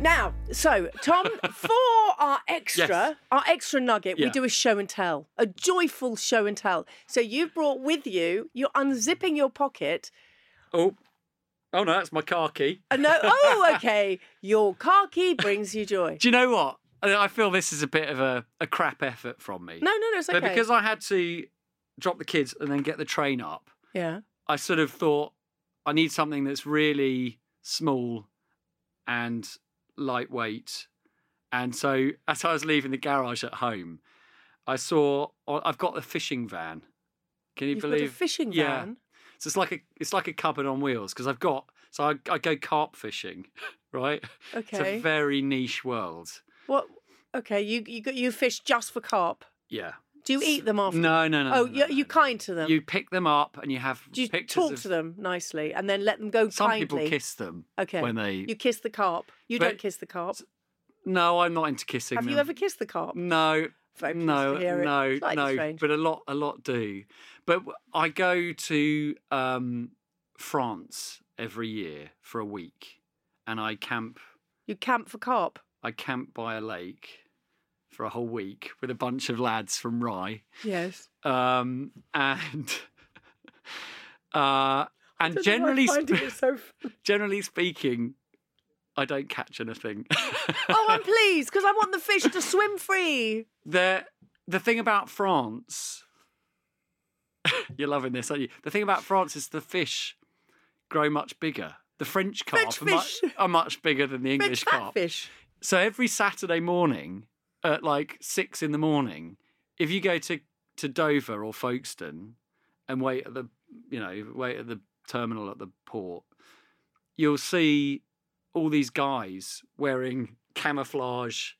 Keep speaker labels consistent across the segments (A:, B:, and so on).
A: Now, so Tom, for our extra,
B: Yes.
A: our extra nugget, we
B: Yeah.
A: do a show and tell, a joyful show and tell. So you've brought with you, you're unzipping your pocket.
B: Oh, oh no, that's my car key.
A: And no, oh, okay, your car key brings you joy.
B: Do you know what? I I feel this is a bit of a, a crap effort from me.
A: No, no, no, it's okay.
B: But because I had to drop the kids and then get the train up,
A: yeah,
B: I sort of thought I need something that's really small and lightweight. And so as I was leaving the garage at home, I saw oh, I've got a fishing van. Can you
A: you've
B: believe
A: got a fishing
B: Yeah.
A: van.
B: So it's like a it's like a cupboard on wheels because I've got so I, I go carp fishing, right? It's
A: Okay.
B: a very niche world.
A: What? Okay, you you got you fish just for carp.
B: Yeah.
A: Do you eat them after?
B: No, no, no.
A: Oh,
B: no, no,
A: you-
B: no,
A: you
B: no.
A: kind to them?
B: You pick them up and you have
A: Do you
B: pictures
A: talk
B: of,
A: to them nicely and then let them go
B: Some
A: kindly?
B: people kiss them.
A: Okay.
B: When they
A: you kiss the carp. You
B: But-
A: don't kiss the carp.
B: No, I'm not into kissing.
A: Have you
B: them.
A: ever kissed the carp?
B: No.
A: Very pleased
B: no,
A: to hear it.
B: no,
A: Slightly
B: no,
A: strange.
B: but a lot, a lot do. But w- I go to um, France every year for a week, and I camp.
A: You camp for carp.
B: I camp by a lake for a whole week with a bunch of lads from Rye,
A: Yes.
B: um, and uh,
A: Don't
B: and
A: know why
B: generally,
A: I'm finding
B: sp-
A: it so. funny.
B: generally speaking, I don't catch anything.
A: oh, I'm pleased because I want the fish to swim free.
B: the the thing about France, you're loving this, aren't you? The thing about France is the fish grow much bigger. The French carp
A: French
B: are, much,
A: fish.
B: are much bigger than the English
A: French
B: carp.
A: catfish.
B: So every Saturday morning at like six in the morning, if you go to to Dover or Folkestone and wait at the you know wait at the terminal at the port, you'll see all these guys wearing camouflage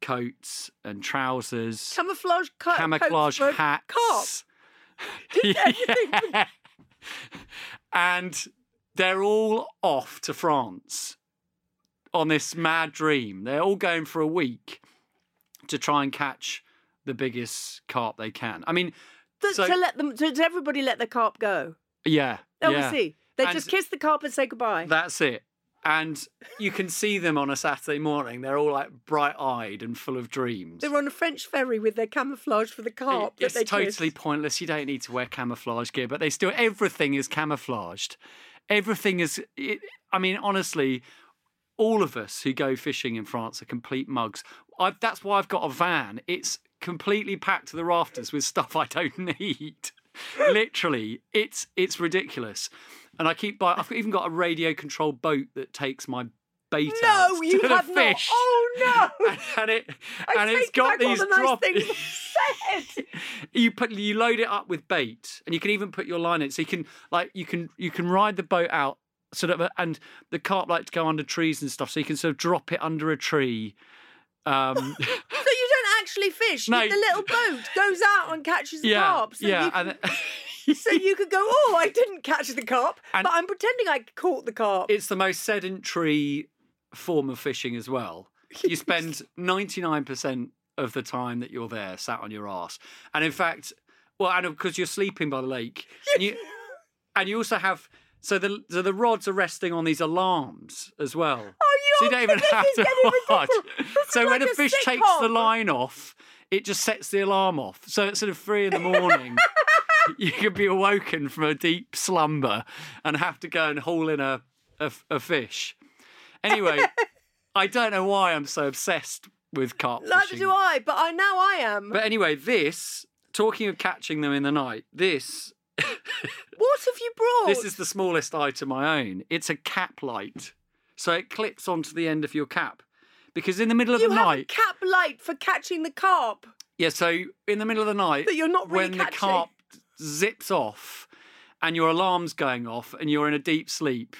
B: coats and trousers,
A: Camouflage cut.
B: camouflage
A: Carp.
B: hats. Yeah. and they're all off to France on this mad dream. They're all going for a week to try and catch the biggest carp they can. I mean,
A: To,
B: So-
A: to let them, to, to everybody let the carp go.
B: yeah.
A: Oh,
B: yeah.
A: we see. They
B: And-
A: just kiss the carp and say goodbye.
B: That's it. And you can see them on a Saturday morning. They're all like bright eyed and full of dreams.
A: They were on a French ferry with their camouflage for the carp.
B: It- it's
A: that they
B: totally
A: kissed.
B: pointless. You don't need to wear camouflage gear, but they still everything is camouflaged. Everything is. It, I mean, honestly, all of us who go fishing in France are complete mugs. I've, that's why I've got a van. It's completely packed to the rafters with stuff I don't need. Literally, it's it's ridiculous. And I keep buy. I've even got a radio controlled boat that takes my bait out
A: No, you
B: to
A: have
B: the
A: not.
B: fish.
A: Oh no!
B: And it
A: I
B: and it's
A: take
B: got
A: back all
B: these
A: the nice
B: drop-
A: things I said.
B: you put you load it up with bait and you can even put your line in it so you can like you can you can ride the boat out sort of and the carp like to go under trees and stuff so you can sort of drop it under a tree um
A: So you don't actually fish.
B: No.
A: The little boat goes out and catches the
B: yeah
A: carp. So
B: yeah
A: You can,
B: and
A: so you could go, oh, I didn't catch the carp,
B: And-
A: but I'm pretending I caught the carp.
B: it's the most sedentary form of fishing as well you spend 99% of the time that you're there sat on your ass and in fact well and because you're sleeping by the lake and you and you also have So the so the rods are resting on these alarms as well.
A: Oh, you
B: so you
A: are
B: don't even
A: kidding.
B: have
A: You
B: to
A: don't even think
B: watch.
A: of- this is
B: So when
A: like
B: a
A: a
B: fish takes the
A: sitcom.
B: line off, it just sets the alarm off. So at sort of three in the morning, you could be awoken from a deep slumber and have to go and haul in a a, a fish. Anyway, I don't know why I'm so obsessed with carp
A: Neither
B: fishing.
A: do I, but I now I am.
B: But anyway, this talking of catching them in the night, this
A: what have you brought?
B: This is the smallest item I own. It's a cap light. So it clips onto the end of your cap. Because in the middle of
A: you
B: the
A: have a
B: night.
A: cap light for catching the carp.
B: yeah, so in the middle of the night.
A: That you're not really
B: When the
A: catching.
B: carp zips off and your alarm's going off and you're in a deep sleep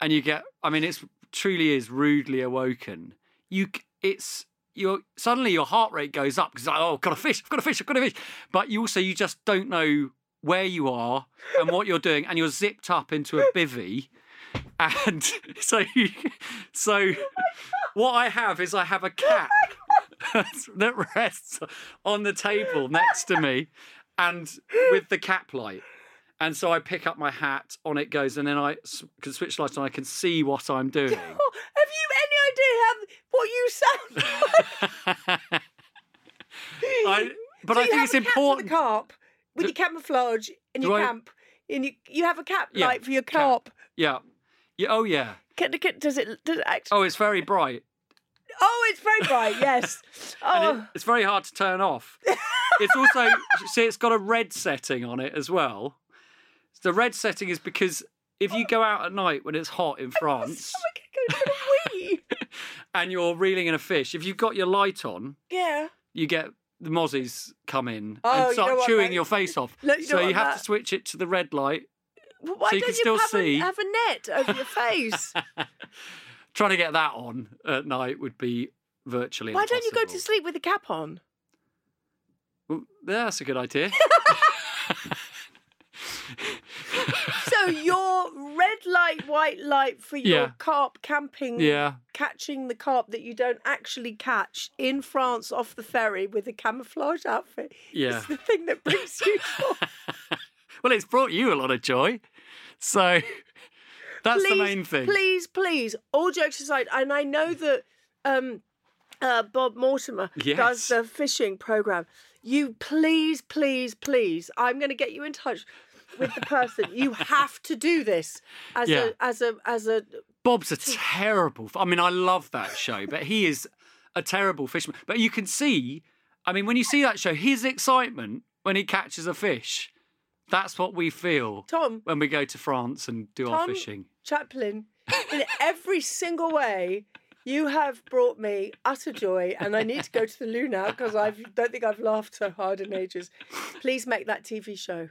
B: and you get. I mean, it's truly is rudely awoken. You. c- It's. You're, suddenly your heart rate goes up because oh I've got a fish I've got a fish I've got a fish but you also you just don't know where you are and what you're doing and you're zipped up into a bivy and so you, so what I have is I have
A: Oh
B: a cap that rests on the table next to me and with the cap light. And so I pick up my hat, on it goes, and then I s- can switch light and I can see what I'm doing.
A: Oh, have you any idea how, what you sound?
B: I, but
A: Do
B: I
A: you
B: think
A: have
B: it's
A: a cap For the
B: important.
A: carp with your camouflage in
B: do
A: your
B: I-
A: camp, and you you have a cap
B: Yeah,
A: light for your
B: cap.
A: carp.
B: Yeah. yeah. Oh, yeah.
A: Can, can, does it does it actually?
B: Oh, it's very bright.
A: Oh, it's very bright. Yes.
B: And
A: Oh,
B: it, it's very hard to turn off. It's also see, it's got a red setting on it as well. The red setting is because if you go out at night when it's hot in France
A: Oh, I could go for a wee.
B: and you're reeling in a fish, if you've got your light on,
A: yeah.
B: you get the mozzies come in
A: Oh,
B: and
A: you
B: start
A: don't want
B: chewing
A: that.
B: your face off.
A: No, you
B: so
A: don't
B: you
A: want
B: have to
A: that.
B: switch it to the red light.
A: Well, Why
B: So you
A: don't
B: can still
A: have,
B: see.
A: A, have a net over your face?
B: Trying to get that on at night would be virtually
A: Why don't you go to
B: impossible.
A: sleep with a cap on?
B: Well, that's a good idea.
A: So your red light, white light for your
B: Yeah.
A: carp camping,
B: yeah.
A: catching the carp that you don't actually catch in France off the ferry with a camouflage outfit.
B: Yeah.
A: It's the thing that brings you joy.
B: Well, it's brought you a lot of joy. So that's
A: please,
B: the main thing.
A: Please, please, all jokes aside, and I know that um, uh, Bob Mortimer
B: Yes.
A: does the fishing program. You please, please, please, I'm going to get you in touch with the person. you have to do this as
B: Yeah.
A: a as a as a.
B: Bob's a terrible. f- I mean, I love that show, but he is a terrible fisherman. But you can see, I mean, when you see that show, his excitement when he catches a fish. That's what we feel
A: Tom.
B: when we go to France and do our
A: Tom
B: fishing.
A: Chaplin, in every single way, you have brought me utter joy, and I need to go to the loo now because I don't think I've laughed so hard in ages. Please make that TV show.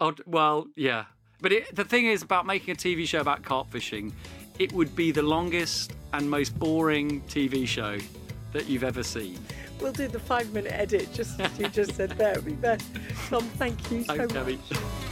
B: Oh, well, yeah. But it, the thing is about making a TV show about carp fishing, it would be the longest and most boring TV show that you've ever seen.
A: We'll do the five minute edit, just as you just said there. It'll be there. Tom, thank you so
B: Thanks,
A: much.
B: Debbie.